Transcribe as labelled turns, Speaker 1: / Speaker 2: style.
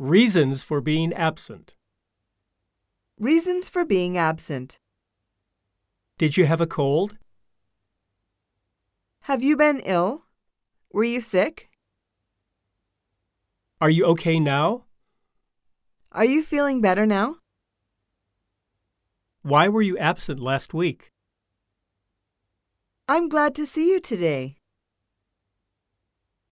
Speaker 1: Reasons for being absent.
Speaker 2: Reasons for being absent.
Speaker 1: Did you have a cold?
Speaker 2: Have you been ill? Were you sick?
Speaker 1: Are you okay now?
Speaker 2: Are you feeling better now?
Speaker 1: Why were you absent last week?
Speaker 2: I'm glad to see you today.